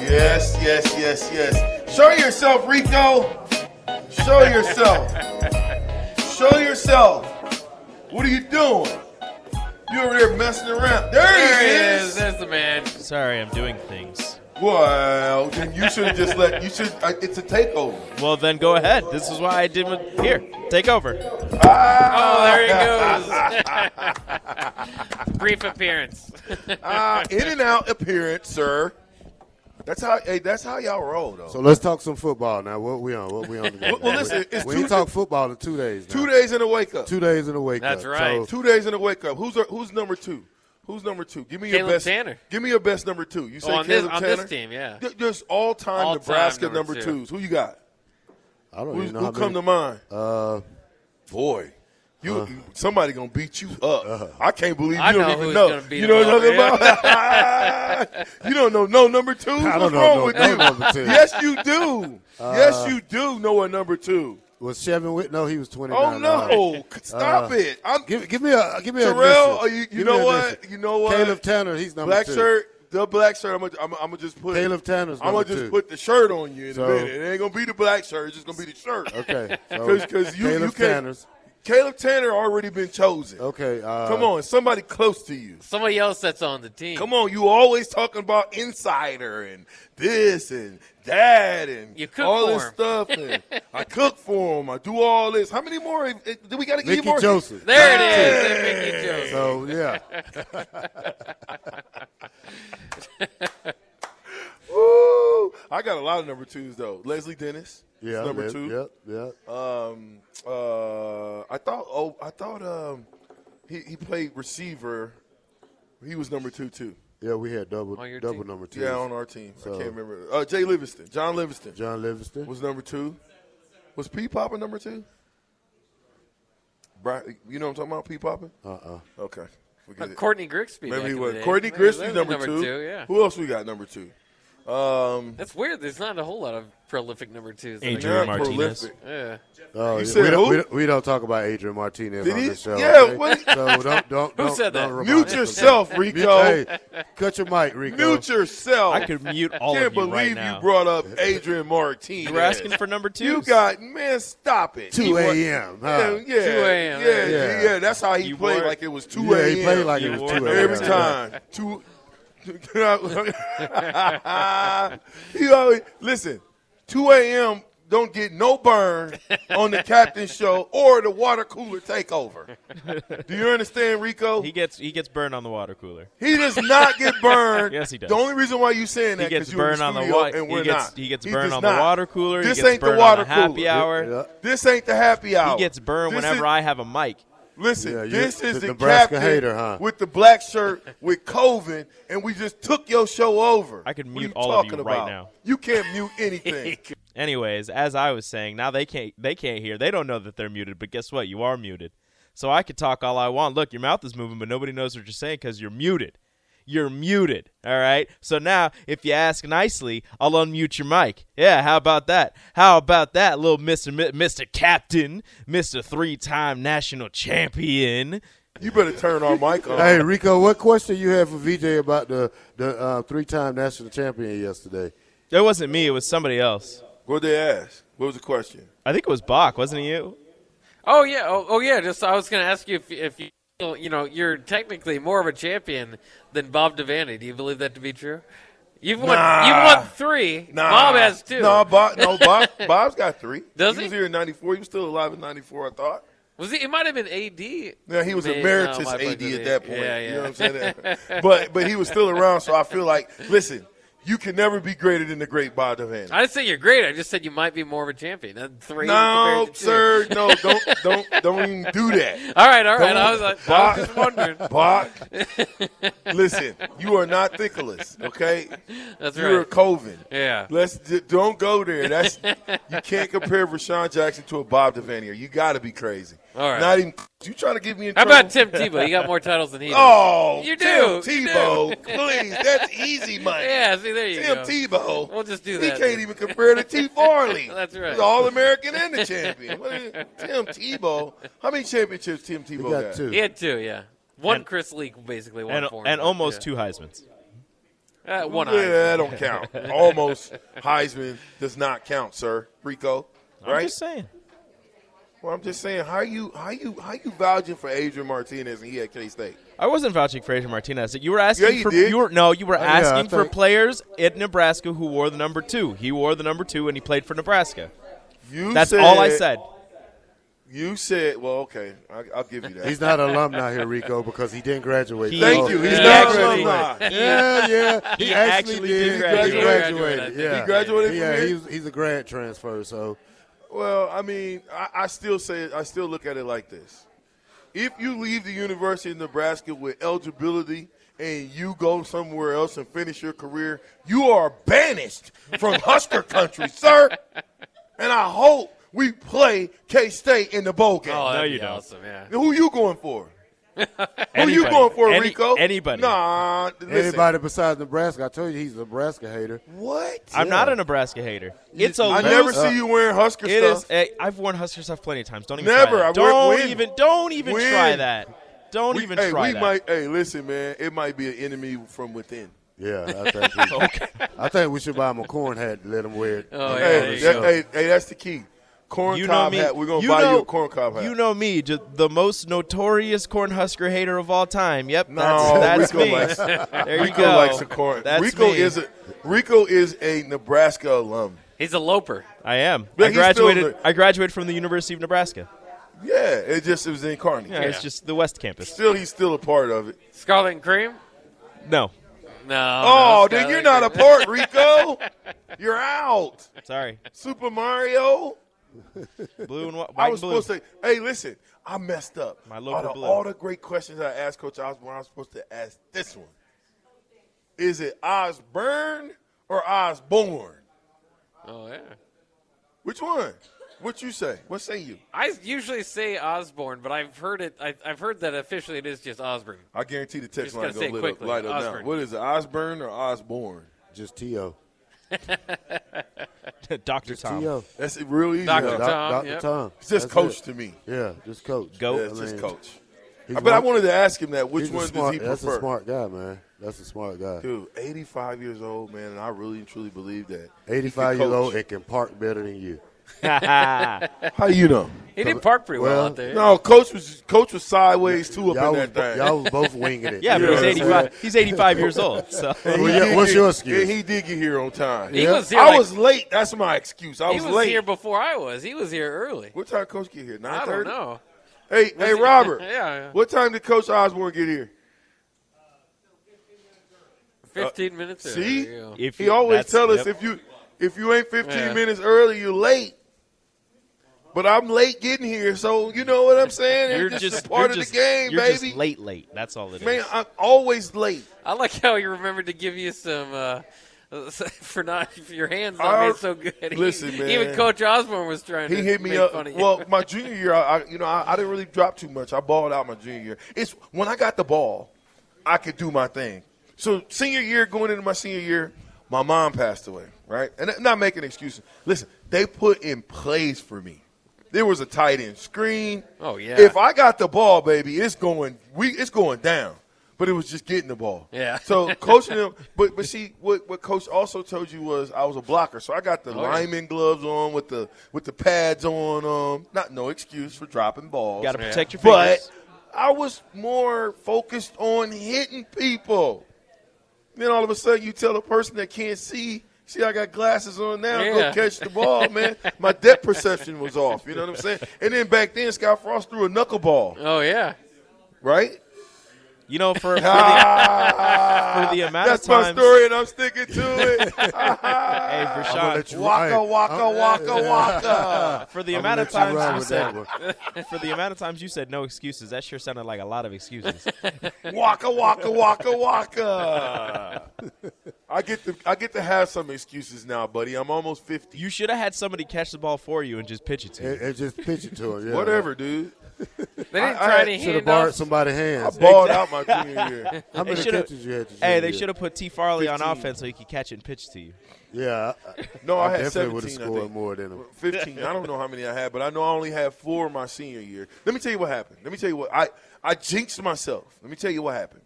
Yes, yes, yes, yes. Show yourself, Rico. Show yourself. Show yourself. What are you doing? You over there messing around. There, There he is. he is. There's the man. Sorry, I'm doing things. Well, then you should just let. You should. uh, It's a takeover. Well, then go ahead. This is why I did what. Here, take over. Oh, Ah, there he goes. Brief appearance. ah, in and out appearance, sir. That's how. Hey, that's how y'all roll, though. So let's talk some football now. What we on? What we on? Today? Well, well, listen, it's we two- ain't talk football in two days. Now. two days in a wake up. Two days in a wake That's up. right. So, Two days in a wake up. Who's who's number two? Who's number two? Give me Caleb your best. Tanner. Give me your best number two. You say Oh, on this- Caleb on Tanner. this team, yeah. Th- There's all time All-time Nebraska number number, two. twos. Who you got? I don't Who's, even know who how come many- uh, to mind? Uh, boy, you somebody gonna beat you up. I can't believe you I don't know even who's know. gonna beat You know what I'm him talking up, about? you don't know no number two. I What's don't know wrong no- with no you? number Uh, two. Yes, you do. yes, you do know a number two. Was Chevin with? No, he was twenty nine. Oh no! Uh, Stop it! I'm Give, give me a give me a Terrell. initial. Are you, Give you me know an what? initial. You know what? Caleb Tanner. He's number black two. shirt, the black shirt. I'm gonna, I'm, I'm gonna just put Caleb Tanner's I'm gonna number just two. put the shirt on you in a So- minute. It ain't gonna be the black shirt. It's just gonna be the shirt. Okay. so Because you, Caleb you can't. Tanner's. Caleb Tanner already been chosen. Okay. Uh, Come on, somebody close to you. Somebody else that's on the team. Come on, you always talking about insider and this and that and You cook all for this him. stuff. And I cook for him. I do all this. How many more? eh, eh, Do we got to Mickey get more? Joseph. There it is. There's Mickey Jones. So yeah. Woo! I got a lot of number twos though. Leslie Dennis, is Yeah. number yeah, two. Yep. Yep. Um, uh, I thought. Oh, I thought. Um, he, he played receiver. He was number two too. yeah. We had double On your double team. number two. Yeah, on our team. So- I can't remember. Uh, Jay Livingston, John Livingston John Livingston. was number two. Was P Popper number two? Bri- you know what I'm talking about? P Popper. uh uh. Okay, forget it. Courtney Grigsby. back Maybe he in the was. day. Courtney Maybe Christie's Leslie number, two. Yeah. Who else we got number two? Um, That's weird. There's not a whole lot of prolific number twos. Adrian Jared Martinez. Prolific. Yeah. Oh, yeah. said we, don't, who? we, don't, we don't talk about Adrian Martinez Did on he? this show. Yeah, okay? what- So don't don't Who don't, said that? don't remind Mute us of yourself, Mute, Rico. hey, cut your mic, Rico. Mute yourself. I could mute all can't of you believe right now. you brought up Adrian Martinez. You were asking for number two. You got man, stop it. He 2 wa- a.m. Yeah, Huh? yeah, 2 a.m., yeah, yeah, yeah. yeah. That's how he You played, wore- like it was two Yeah, a.m. he played like it You was won two a.m. every Yeah. time. two. he always listen. Two a.m. Don't get no burn on the captain show or the water cooler takeover. Do you understand, Rico? He gets he gets burned on the water cooler. He does not get burned. Yes, he does. The only reason why you saying He that gets because you're in burned the on the studio wa- and he we're gets- not. he gets burned does on the not. water cooler, he This gets ain't the burned on water the happy cooler. hour. Yeah. This ain't the happy hour. He gets burned This whenever is- I have a mic. Listen, Yeah, you- this is the the, Nebraska captain hater, huh? with the black shirt with Coven, and we just took your show over. I could What mute are you all of you talking right about? now. You can't mute anything. Anyways, as I was saying, now they can't they can't hear. They don't know that they're muted, but guess what? You are muted. So I could talk all I want. Look, your mouth is moving, but nobody knows what you're saying because you're muted. You're muted. All right. So now, if you ask nicely, I'll unmute your mic. Yeah. How about that? How about that, little Mister Mister Captain, Mister Three-time National Champion? you better turn our mic on. Hey, Rico, what question you had for VJ about the the uh, three-time national champion yesterday? That wasn't me. It was somebody else. What they ask? What was the question? I think it was Bach, wasn't it? You? Oh yeah, oh, oh yeah. Just I was going to ask you if if you feel, you know you're technically more of a champion than Bob Devaney. Do you believe that to be true? You've won. Nah. You've won three. Bob has two. No, Bob. No, Bob. Bob's got three. Does he? he? was here in '94. He was still alive in '94. I thought. Was he? It might have been AD. Yeah, he was May- emeritus no, my AD bad, at that point. Yeah, yeah. You know what I'm saying? but but he was still around, so I feel like listen, You can never be greater than the great Bob Devaney. I didn't say you're great. I just said you might be more of a champion. Uh, Three. No, compared to two. sir, no, don't, don't, don't even do that. All right, all right. I was, Don't- like, I was just wondering. Bach, listen, you are not Nicholas, okay? That's You're a right. Coven. Yeah. Let's d- don't go there. That's you can't compare Rashawn Jackson to a Bob Devaney. You got to be crazy. All right. Not even you trying to get me in How trouble. about Tim Tebow? He got more titles than he did. Oh, You Tim do, you do. Tebow, please. That's easy money. Yeah, see, there you Tim go. Tebow. We'll just do He that can't then. even compare to T. Farley. That's right. He's all American and the champion. What is, Tim Tebow. How many championships Tim Tebow We got two. He had two, yeah. One And- Chris Leak, basically. One and, foreign, and but, almost yeah. two Heismans. Uh, one Yeah, eye. that don't count. Almost Heisman does not count, sir. Rico, I'm right? just saying. well, I'm just saying, how you, how you, how you vouching for Adrian Martinez and he at K State? I wasn't vouching Frazier Martinez. You were asking Yeah, you for did. Uh, you were no, you were yeah, I asking for think- players at Nebraska who wore the number two. He wore the number two and he played for Nebraska. You That's all I said. You said, well, okay, I, I'll give you that. He's not an alumni here, Rico, because he didn't graduate. He- Thank you. He's He not actually- an alumni. Yeah, yeah. He, He actually, actually did. did He graduate. graduated. He graduated, I Yeah. think. He graduated from Yeah, here? he was, he's a grad transfer, so Well, I mean, I, I still say I still look at it like this: if you leave the University of Nebraska with eligibility and you go somewhere else and finish your career, you are banished from Husker country, sir. And I hope we play K State in the bowl game. Oh, that'd you be don't. awesome, yeah. Who you going for? Who you Anybody. going for, Any- Rico? anybody. Nah, listen. anybody besides Nebraska, I told you he's a Nebraska hater. What? I'm not a Nebraska hater. It's a I loose, never see you wearing Husker It stuff. is. eh, I've worn Husker stuff plenty of times. Don't even Never. Try I that. wear- Don't win. even. Don't even Win. try that. Don't We- even hey, try we that. might. Hey, listen, man. It might be an enemy from within. Yeah, I think, he- I think we should buy him a corn hat and let him wear it. Oh, yeah. there Hey, you that- go. hey, hey, that's the key. Corn you know cob me. hat. We're gonna you buy know, you a corn cob hat. You know me, just the most notorious corn husker hater of all time. Yep, No, that's, that's Rico me. likes- there you Rico go. likes a corn. That's Rico me. is a Rico is a Nebraska alum. He's a loper. I am. Yeah, I he's still graduated. the- I graduated from the University of Nebraska. Yeah, it just it was incarnate. Yeah, It's Yeah. just the West Campus. Still, he's still a part of it. Scarlet and cream? No, Oh, No. no, then Scarlet you're and not a Cream. part, Rico. You're out. sorry. Super Mario. Blue and whi- white. I was and blue. supposed to. Hey, listen, I messed up. My all, local the, blue. all the great questions I asked Coach Osborne, I was supposed to ask this one: Is it Osborne or Osborne? Oh, yeah. Which one? What you say? What say you? I usually say Osborne, but I've heard it. I, I've heard that officially it is just Osborne. I guarantee the text Just line gotta go say lit up, quickly, light up now. Osborne. What is it, Osborne or Osborne? Just T.O. Doctor Tom. T.O. That's it, real easy. Doctor huh? Doc- Tom, Dr. yep. Tom. It's just That's coach it. to me. Yeah, just coach. Go. Yeah, Oh, it's I just mean, coach. he's But I one- wanted to ask him that. Which he's a one smart, does he That's prefer? a smart guy, man. That's a smart guy. Dude, 85 years old, man, and I really and truly believe that. He can 85 years coach. old and can park better than you. How you know? He did park pretty well, well, out there. No, coach was coach was sideways too up Y'all in was, that thing. y'all was both winging it. Yeah, You but know he's what I'm saying? 85. He's 85 years old. So And he Well, yeah, did what's get- your excuse? and he did get here on time. He was here I like- was late. That's my excuse. I he was, was late. here before I was. He was here early. what time coach get here? Nine I don't thirty. know. Hey, hey, he- Robert. Yeah, yeah. What time did Coach Osborne get here? Fifteen minutes. early, Uh, See, yeah. If he you- always that's- tell us yep. if you if you ain't 15 Yeah. minutes early, you're late. But I'm late getting here, so you know what I'm saying. you're It's just a part you're of just- the game, you're baby. just late, late. That's all it is. Man, I'm always late. I like how he remembered to give you some uh, for not for your hands not I- being so good. listen, man. Even Coach Osborne was trying. He to hit me make up. Fun of you. Well, my junior year, I, I- you know, I, I didn't really drop too much. I balled out my junior year. It's when I got the ball, I could do my thing. So senior year, going into my senior year, my mom passed away. Right, and I'm not making excuses. Listen, they put in plays for me. There was a tight end screen. Oh, yeah. If I got the ball, baby, it's going. We it's going down. But it was just getting the ball. Yeah. So coaching them, but but see what what coach also told you was I was a blocker, so I got the Oh, yeah. lineman gloves on with the with the pads on. Um, not no excuse for dropping balls. Got to protect your But fingers. I was more focused on hitting people. Then all of a sudden, you tell a person that can't see, see, I got glasses on now, go Yeah. catch the ball, man. My depth perception was off. You know what I'm saying? And then back then, Scott Frost threw a knuckleball, oh yeah. right? You know, for for the, for the amount That's of times. my story, and I'm sticking to it. Hey, I'm gonna Rashad, let you waka, ride. waka, I'm- waka, waka. for the I'm amount gonna of let you ride times you with that said, one. for the amount of times you said no excuses, that sure sounded like a lot of excuses. Waka waka waka waka. I get to I get to have some excuses now, buddy. I'm almost fifty. you should have had somebody catch the ball for you and just pitch it to and, you. and just pitch it to him. Yeah. Whatever, dude. They didn't I- try I any Should have handoffs. borrowed somebody's I hands. balled out my junior year. How many shoulda- catches you had? To Hey, they should have put T. Farley on offense so he could catch it and pitch it to you. Yeah, No, I, I, I had definitely would have seventeen. I scored think. more than him. Fifteen. I don't know how many I had, but I know I only had four my senior year. Let me tell you what happened. Let me tell you what I I jinxed myself. Let me tell you what happened.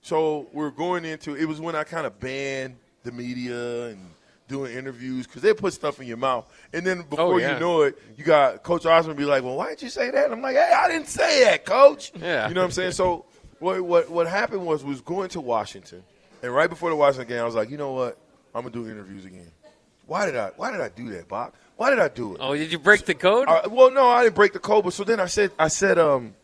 So we're going into it was when I kind of banned the media and doing interviews because they put stuff in your mouth, and then before Oh, yeah. you know it, you got Coach Osmond be like, "Well, why did you say that?" And I'm like, "Hey, I didn't say that, Coach." Yeah. You know what I'm saying? So what what what happened was we was going to Washington, and right before the Washington game, I was like, "You know what? I'm gonna do interviews again." Why did I Why did I do that, Bob? Why did I do it? Oh, did you break the code? I- well, no, I didn't break the code. But so then I said, I said, um,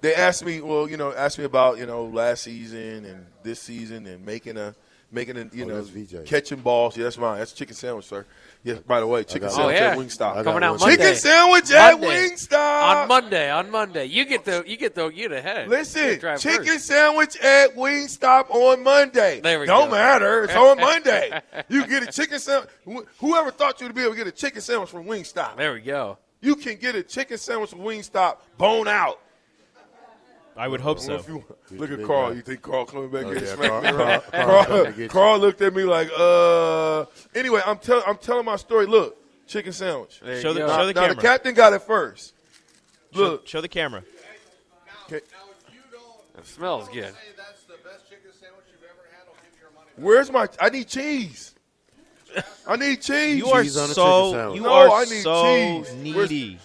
they asked me, well, you know, asked me about you know last season and this season and making a making a you Oh, know that's VJ. catching balls. Yeah, that's mine. That's chicken sandwich, sir. Yes, by the way, chicken got sandwich one. at Oh, yeah. I Wingstop. got Coming out one. Monday. Chicken sandwich at Monday. Wingstop on Monday, on Monday, you get the you get the you get ahead. You Listen, drive first. chicken sandwich at Wingstop on Monday. There we Don't go. matter. It's on Monday. you get a chicken sandwich. Wh- Whoever thought you'd be able to get a chicken sandwich from Wingstop? There we go. You can get a chicken sandwich from Wingstop, bone out. I would hope Well, so. if you- look at big Carl. guy. You think Carl coming back Oh, here? yeah, smack Carl- me around? Carl, Carl- Carl coming to get Carl looked at me like, uh. Anyway, I'm telling, I'm telling my story. Look, chicken sandwich. There Show you the- go. now, the now camera. captain got it first. Show, Look, show the camera. It smells good. where's my? I need cheese. I need cheese. You are Cheese on a chicken so sandwich. you No, are I need so cheese. needy.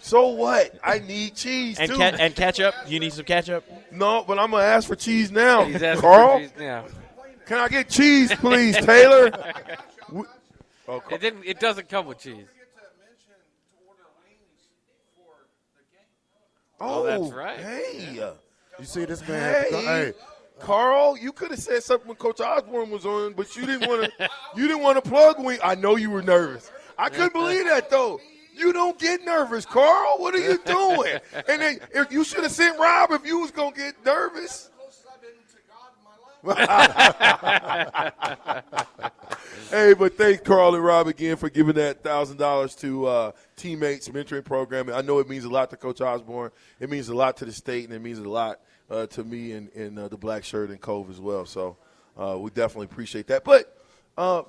so what? I need cheese And too. ca- and ketchup. You need some ketchup. no, but I'm gonna ask for cheese now. He's asking Carl, for cheese now. can I get cheese, please, Taylor? W- oh, Carl. It didn't. It doesn't come with cheese. Oh, that's right. Hey. You see this man? had to go- Hey. Hey, Carl, you could have said something when Coach Osborne was on, but you didn't want to. you didn't want to plug when I know you were nervous. I couldn't believe that though. You don't get nervous, Carl. What are you doing? And then if you should have sent Rob if you was gonna get nervous. hey, but thanks, Carl and Rob, again for giving that thousand dollars to uh, teammates mentoring program. I know it means a lot to Coach Osborne. It means a lot to the state, and it means a lot uh, to me and, and uh, the black shirt and Cove as well. So uh, we definitely appreciate that. But uh,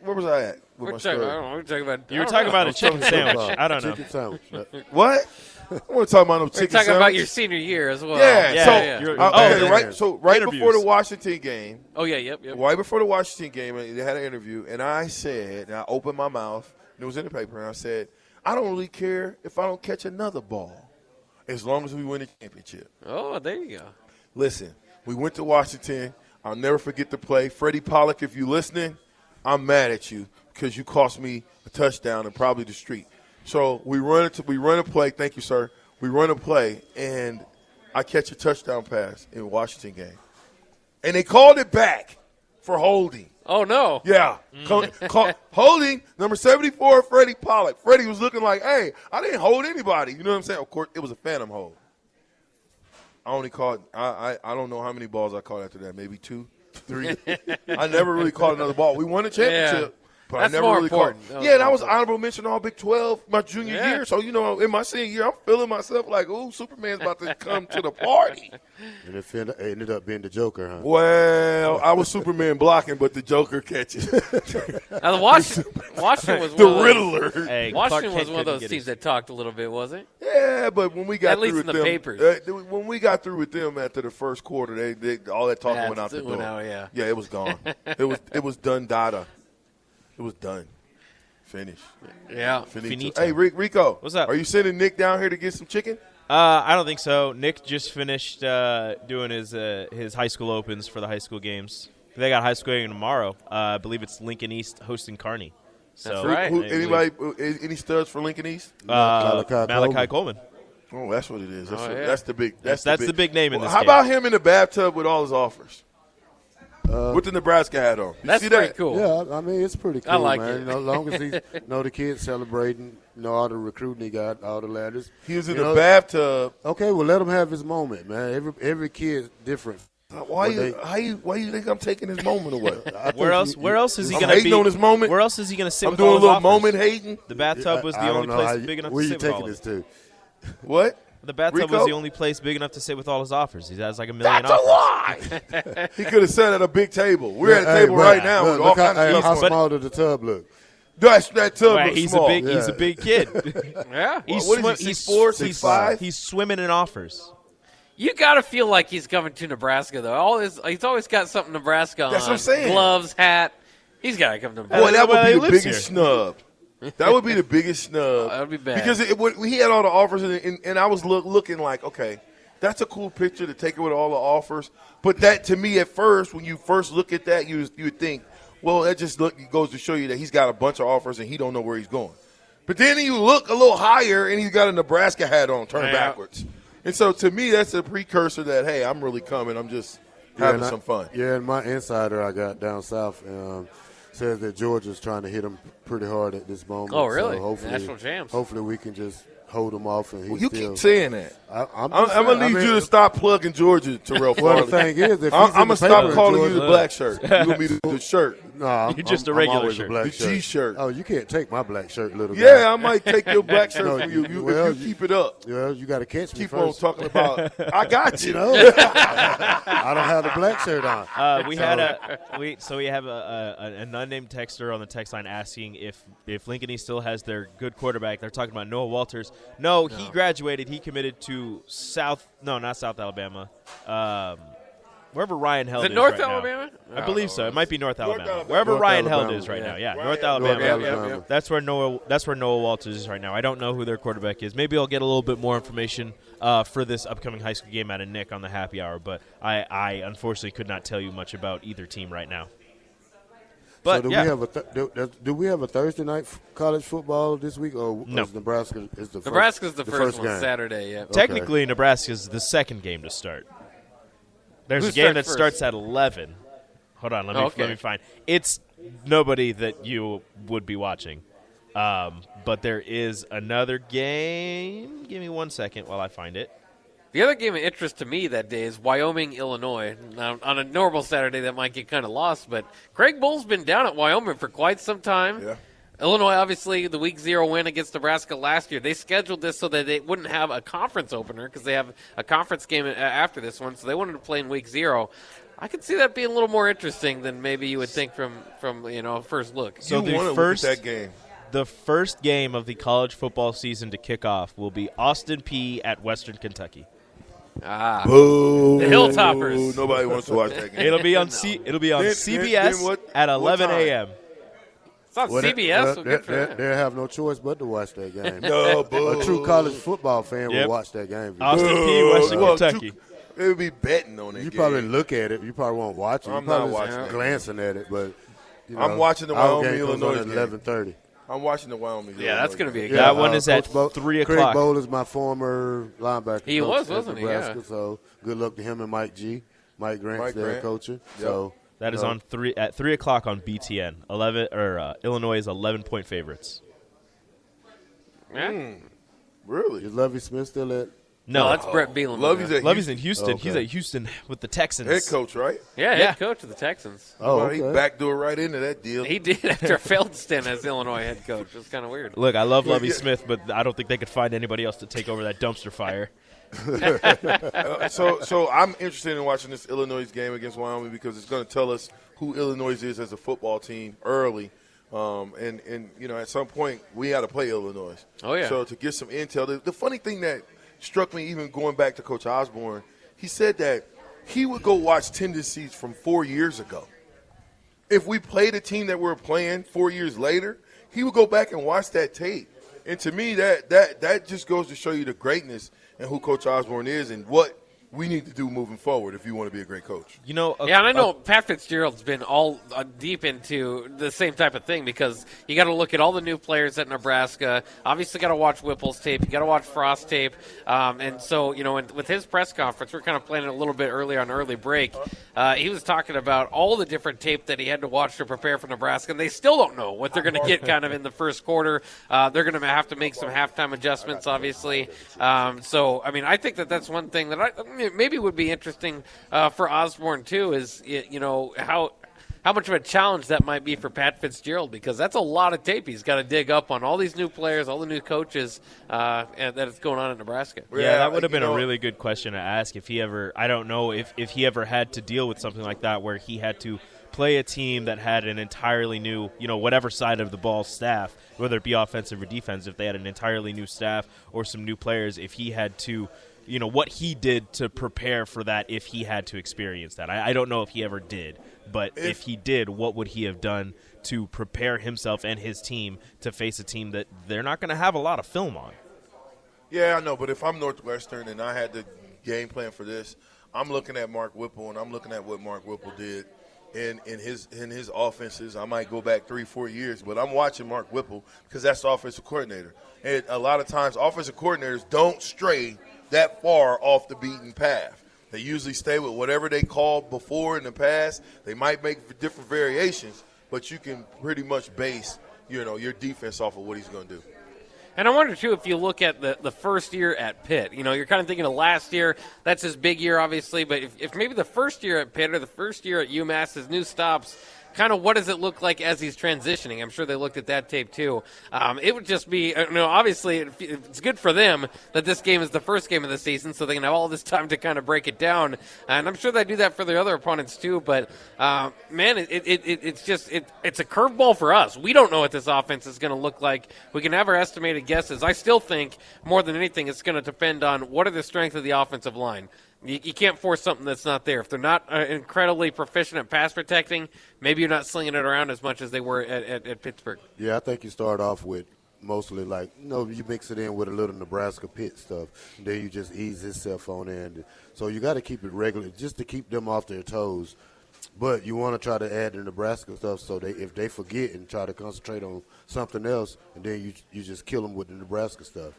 where was I at? With We're my talking, story? I don't know, we're talking about. You were I don't talking know. about a chicken sandwich. I don't know. chicken sandwich. Uh, What? I want to talk about no We're chicken talking about your sandwich. senior year as well. Yeah, Yeah, so yeah. You're- uh, oh, okay, yeah. right. So right before Interviews. the Washington game, oh yeah, yep, yep. right before the Washington game, they had an interview, and I said, and I opened my mouth, and it was in the paper, and I said, I don't really care if I don't catch another ball, as long as we win the championship. Oh, there you go. Listen, we went to Washington. I'll never forget the play. Freddie Pollock, if you're listening, I'm mad at you because you cost me a touchdown and probably the street. So we run it. we run a play. Thank you, sir. We run a play, and I catch a touchdown pass in Washington game, and they called it back for holding. Oh no. Yeah. Co- co- holding number 74, Freddie Pollock. Freddie was looking like, hey, I didn't hold anybody. You know what I'm saying? Of course, it was a phantom hold. I only caught, I, I, I don't know how many balls I caught after that. Maybe two, three. I never really caught another ball. We won a championship. But That's I never more really important. caught. That was yeah, and I more was important. honorable mention all Big 12 my junior Yeah. year. So, you know, in my senior year, I'm feeling myself like, ooh, Superman's about to come to the party. And it fin- it ended up being the Joker, huh? Well, I was Superman blocking, but the Joker catches. Now the Washington, Washington was one the of those- Riddler. Hey, Clark Washington Kent was one couldn't of those get teams his- that talked a little bit, was it? Yeah, but when we got At least through in with the them, papers. uh, th- when we got through with them after the first quarter, they, they all that talking Yeah, went out the it went door. out, yeah. it was gone. it was it was done, Dada. It was done. Finished. Yeah. Finito. Hey, Rick, Rico, What's up? Are you sending Nick down here to get some chicken? Uh, I don't think so. Nick just finished uh, doing his uh, his high school opens for the high school games. They got high school game tomorrow. Uh, I believe it's Lincoln East hosting Kearney. So That's right. Who, I believe- anybody? uh, Any studs for Lincoln East? Uh, Malachi Malachi Coleman. Oh, that's what it is. That's, Oh, what- yeah. that's the big. That's, that's the big name in this How game. about him in the bathtub with all his offers? with the Nebraska hat on. You That's see pretty that? cool. Yeah, I- I mean it's pretty cool, I like man. it. You know, as long as he's know the kids celebrating, know all the recruiting he got, all the ladders. He was in You the know, bathtub. Okay, well let him have his moment, man. Every every kid different. Why But you? they- how you? Why you think I'm taking his moment away? I Where think else? you- Where you- else is he I'm going to hating be? on his moment. Where else is he going to sit I'm with doing a all his little offers? moment hating. The bathtub was I- I the don't only know place how you- big enough Where to you sit with all taking of this them. to? What? The bathtub was Rico? the only place big enough to sit with all his offers. He has like a million That's a offers. lie. he could have sat at a big table. We're at a Hey, table but- right now Look, with all look how, kinds hey, of how stuff. But- small did the tub look? That's that tub. Right, looks he's small. a big, he's a Yeah. big kid. Yeah. he's What is he, swim- he's 6'4",, he's- 6'5"? He's swimming in offers. You gotta feel like he's coming to Nebraska though. All his, he's always got something Nebraska on. That's what I'm saying. Gloves, hat. He's gotta come to Nebraska. Boy, that would Well, be he the lives biggest here. snub. That would be the biggest snub. That would be bad. because it, would- he had all the offers, and, and, and I was look, looking like, okay, that's a cool picture to take it with all the offers. But that to me, at first, when you first look at that, you you would think, well, that just look, goes to show you that he's got a bunch of offers and he don't know where he's going. But then you look a little higher, and he's got a Nebraska hat on, turned Yeah. backwards. And so to me, that's a precursor that hey, I'm really coming. I'm just having and I- some fun. Yeah, and my insider I got down south um, says that Georgia's trying to hit him pretty hard at this moment. Oh, really? So hopefully, National champs. Hopefully, we can just hold him off and he's You still. keep saying that. I, I'm, I'm, just I'm saying, gonna need I you mean, to stop plugging Georgia, Terrell Well, Farley. the thing is, if I'm, he's in I'm the gonna stop paper- calling you Georgia- the black shirt. You gonna be the, the shirt? No, I'm, You're just I'm- a I'm regular always shirt. A black The shirt. G-shirt. Oh, you can't take my black shirt, little guy. Yeah, I might take your black shirt No, from you, you- you well, if you you- keep it up. Well, you got to catch me Keep on first. talking about. I got you. No, Oh. I don't have the black shirt on. Uh, we had a we so we have a, a, an unnamed texter on the text line asking if if Lincoln East still has their good quarterback. They're talking about Noah Walters. No, he graduated. He committed to South. No, not South Alabama. Um, wherever Ryan Held Is is. it North right now. Alabama? I believe so. It might be North Alabama. Alabama. Wherever North Ryan Alabama. Held is right Yeah. now. Yeah, Ryan- North North Alabama. Alabama. That's where Noah. That's where Noah Walters is right now. I don't know who their quarterback is. Maybe I'll get a little bit more information uh, for this upcoming high school game out of Nick on the happy hour. But I, I unfortunately could not tell you much about either team right now. so But do yeah, we have a th- do, does- do we have a Thursday night f- college football this week or No. is Nebraska is the first, Nebraska's the, first, one game? Saturday. Yeah. technically Nebraska's the second game to start. There's Who a game starts that first? starts at eleven. Hold on, let me Oh, okay. let me find. It's nobody that you would be watching. Um, but there is another game. Give me one second while I find it. The other game of interest to me that day is Wyoming, Illinois. Now, on a normal Saturday, that might get kind of lost, but Greg Bull's been down at Wyoming for quite some time. Yeah. Illinois, obviously, the week zero win against Nebraska last year. They scheduled this so that they wouldn't have a conference opener because they have a conference game uh, after this one, so they wanted to play in week zero. I could see that being a little more interesting than maybe you would think from from you know first look. So you the wanna first- look at that game. The first game of the college football season to kick off will be Austin P at Western Kentucky. Ah, Boo. The Hilltoppers. Nobody wants to watch that game. It'll be on C. It'll be on Then- then- CBS then what- at what 11 time? a.m. it's on Well, they- CBS. uh, well, so they, good for they- them. they have no choice but to watch that game. No, boo. A true college football fan Yep. will watch that game. Austin P. Boo. Western Well, Kentucky. It would be betting on it. you probably look at it. You probably won't watch it. You I'm probably not just watching it. glancing at it, but you know, I'm watching the our Wyoming, game comes on Illinois at game. eleven thirty. I'm watching the Wyoming. yeah, that's going to be a That one is at uh, Coach Bo- 3 o'clock. Craig Bowl is my former linebacker. He coach was, at wasn't he? Nebraska, Yeah. So good luck to him and Mike G. Mike Grant's Mike their Grant. coach. So That is No. on three at three o'clock on BTN. Eleven or uh, Illinois is eleven point favorites. Yeah? really. is Lovey Smith still at? No, that's Brett Bielema. Love you. Lovey's in Houston. Okay. He's at Houston with the Texans. head coach, right? Yeah, Yeah. head coach of the Texans. Oh, Well, he okay. backdoor right into that deal. He did after Feldston as Illinois head coach. It was kind of weird. Look, I love Lovey yeah. Smith, but I don't think they could find anybody else to take over that dumpster fire. so so I'm interested in watching this Illinois game against Wyoming because it's going to tell us who Illinois is as a football team early. Um, and, and, you know, at some point, we got to play Illinois. Oh, yeah. So to get some intel, the, the funny thing that struck me, even going back to Coach Osborne, he said that he would go watch tendencies from four years ago. If we played a team that we are playing four years later, he would go back and watch that tape. And to me, that that that just goes to show you the greatness and who Coach Osborne is and what we need to do moving forward if you want to be a great coach. You know, a- Yeah, and I a- know Pat Fitzgerald's been all uh, deep into the same type of thing because you got to look at all the new players at Nebraska. Obviously, got to watch Whipple's tape. You got to watch Frost tape. Um, and so, you know, and with his press conference, we're kind of playing it a little bit earlier on early break. Uh, he was talking about all the different tape that he had to watch to prepare for Nebraska, and they still don't know what they're going to get kind of in the first quarter. Uh, they're going to have to make some halftime adjustments, obviously. Um, so, I mean, I think that that's one thing that I it maybe would be interesting uh, for Osborne too. Is y- you know how how much of a challenge that might be for Pat Fitzgerald because that's a lot of tape he's got to dig up on all these new players, all the new coaches uh, and that is going on in Nebraska. Yeah, that would have you been a know- really good question to ask if he ever. I don't know if if he ever had to deal with something like that where he had to play a team that had an entirely new, you know, whatever side of the ball staff, whether it be offensive or defensive, if they had an entirely new staff or some new players, if he had to, you know, what he did to prepare for that, if he had to experience that. I, I don't know if he ever did, but if, he did, what would he have done to prepare himself and his team to face a team that they're not going to have a lot of film on? Yeah, I know, but if I'm Northwestern and I had the game plan for this, I'm looking at Mark Whipple and I'm looking at what Mark Whipple did in, in his in his offenses. I might go back three, four years, but I'm watching Mark Whipple because that's the offensive coordinator. And a lot of times offensive coordinators don't stray that far off the beaten path. They usually stay with whatever they called before in the past. They might make different variations, but you can pretty much base, you know, your defense off of what he's gonna do. And I wonder too if you look at the, the first year at Pitt. You know, you're kind of thinking of last year. That's his big year, obviously. But if, if maybe the first year at Pitt or the first year at UMass, his new stops. Kind of what does it look like as he's transitioning? I'm sure they looked at that tape too. Um, it would just be, uh, you know, obviously it- it's good for them that this game is the first game of the season, so they can have all this time to kind of break it down. And I'm sure they do that for their other opponents too. But uh, man, it, it, it, it's just it, it's a curveball for us. We don't know what this offense is going to look like. We can have our estimated guesses. I still think more than anything, it's going to depend on what are the strength of the offensive line. You, you can't force something that's not there. If they're not uh, incredibly proficient at pass protecting, maybe you're not slinging it around as much as they were at, at, at Pittsburgh. Yeah, I think you start off with mostly like you know you mix it in with a little Nebraska pit stuff, and then you just ease itself on in. So you got to keep it regular just to keep them off their toes. But you want to try to add the Nebraska stuff so they if they forget and try to concentrate on something else, and then you you just kill them with the Nebraska stuff.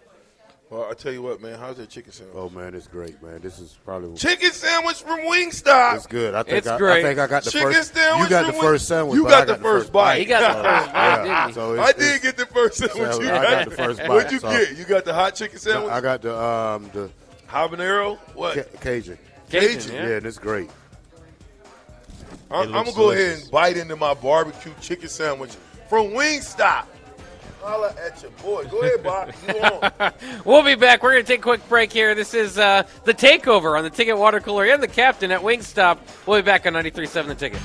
Well, I tell you what, man, how's that chicken sandwich? Oh man, it's great, man. This is probably Chicken sandwich from Wingstop. it's good. I think It's I, great. I think I got the Chicken first. sandwich You got the from first Wing- sandwich. you but got I the first bite. He got the first bite, Yeah, didn't he? so I it's- did it's- get the first sandwich. sandwich. You I got the first bite, What'd you so- get? You got the hot chicken sandwich, I got the um the habanero. What? ca- Cajun. Cajun, Cajun, Yeah, yeah. and it's great. I'm, I'm gonna looks go ahead delicious. and bite into my barbecue chicken sandwich from Wingstop. Holla at your boy. Go ahead, Bob. You on? We'll be back. We're going to take a quick break here. This is uh, the takeover on the ticket water cooler and the captain at Wingstop. We'll be back on 93.7 The Ticket.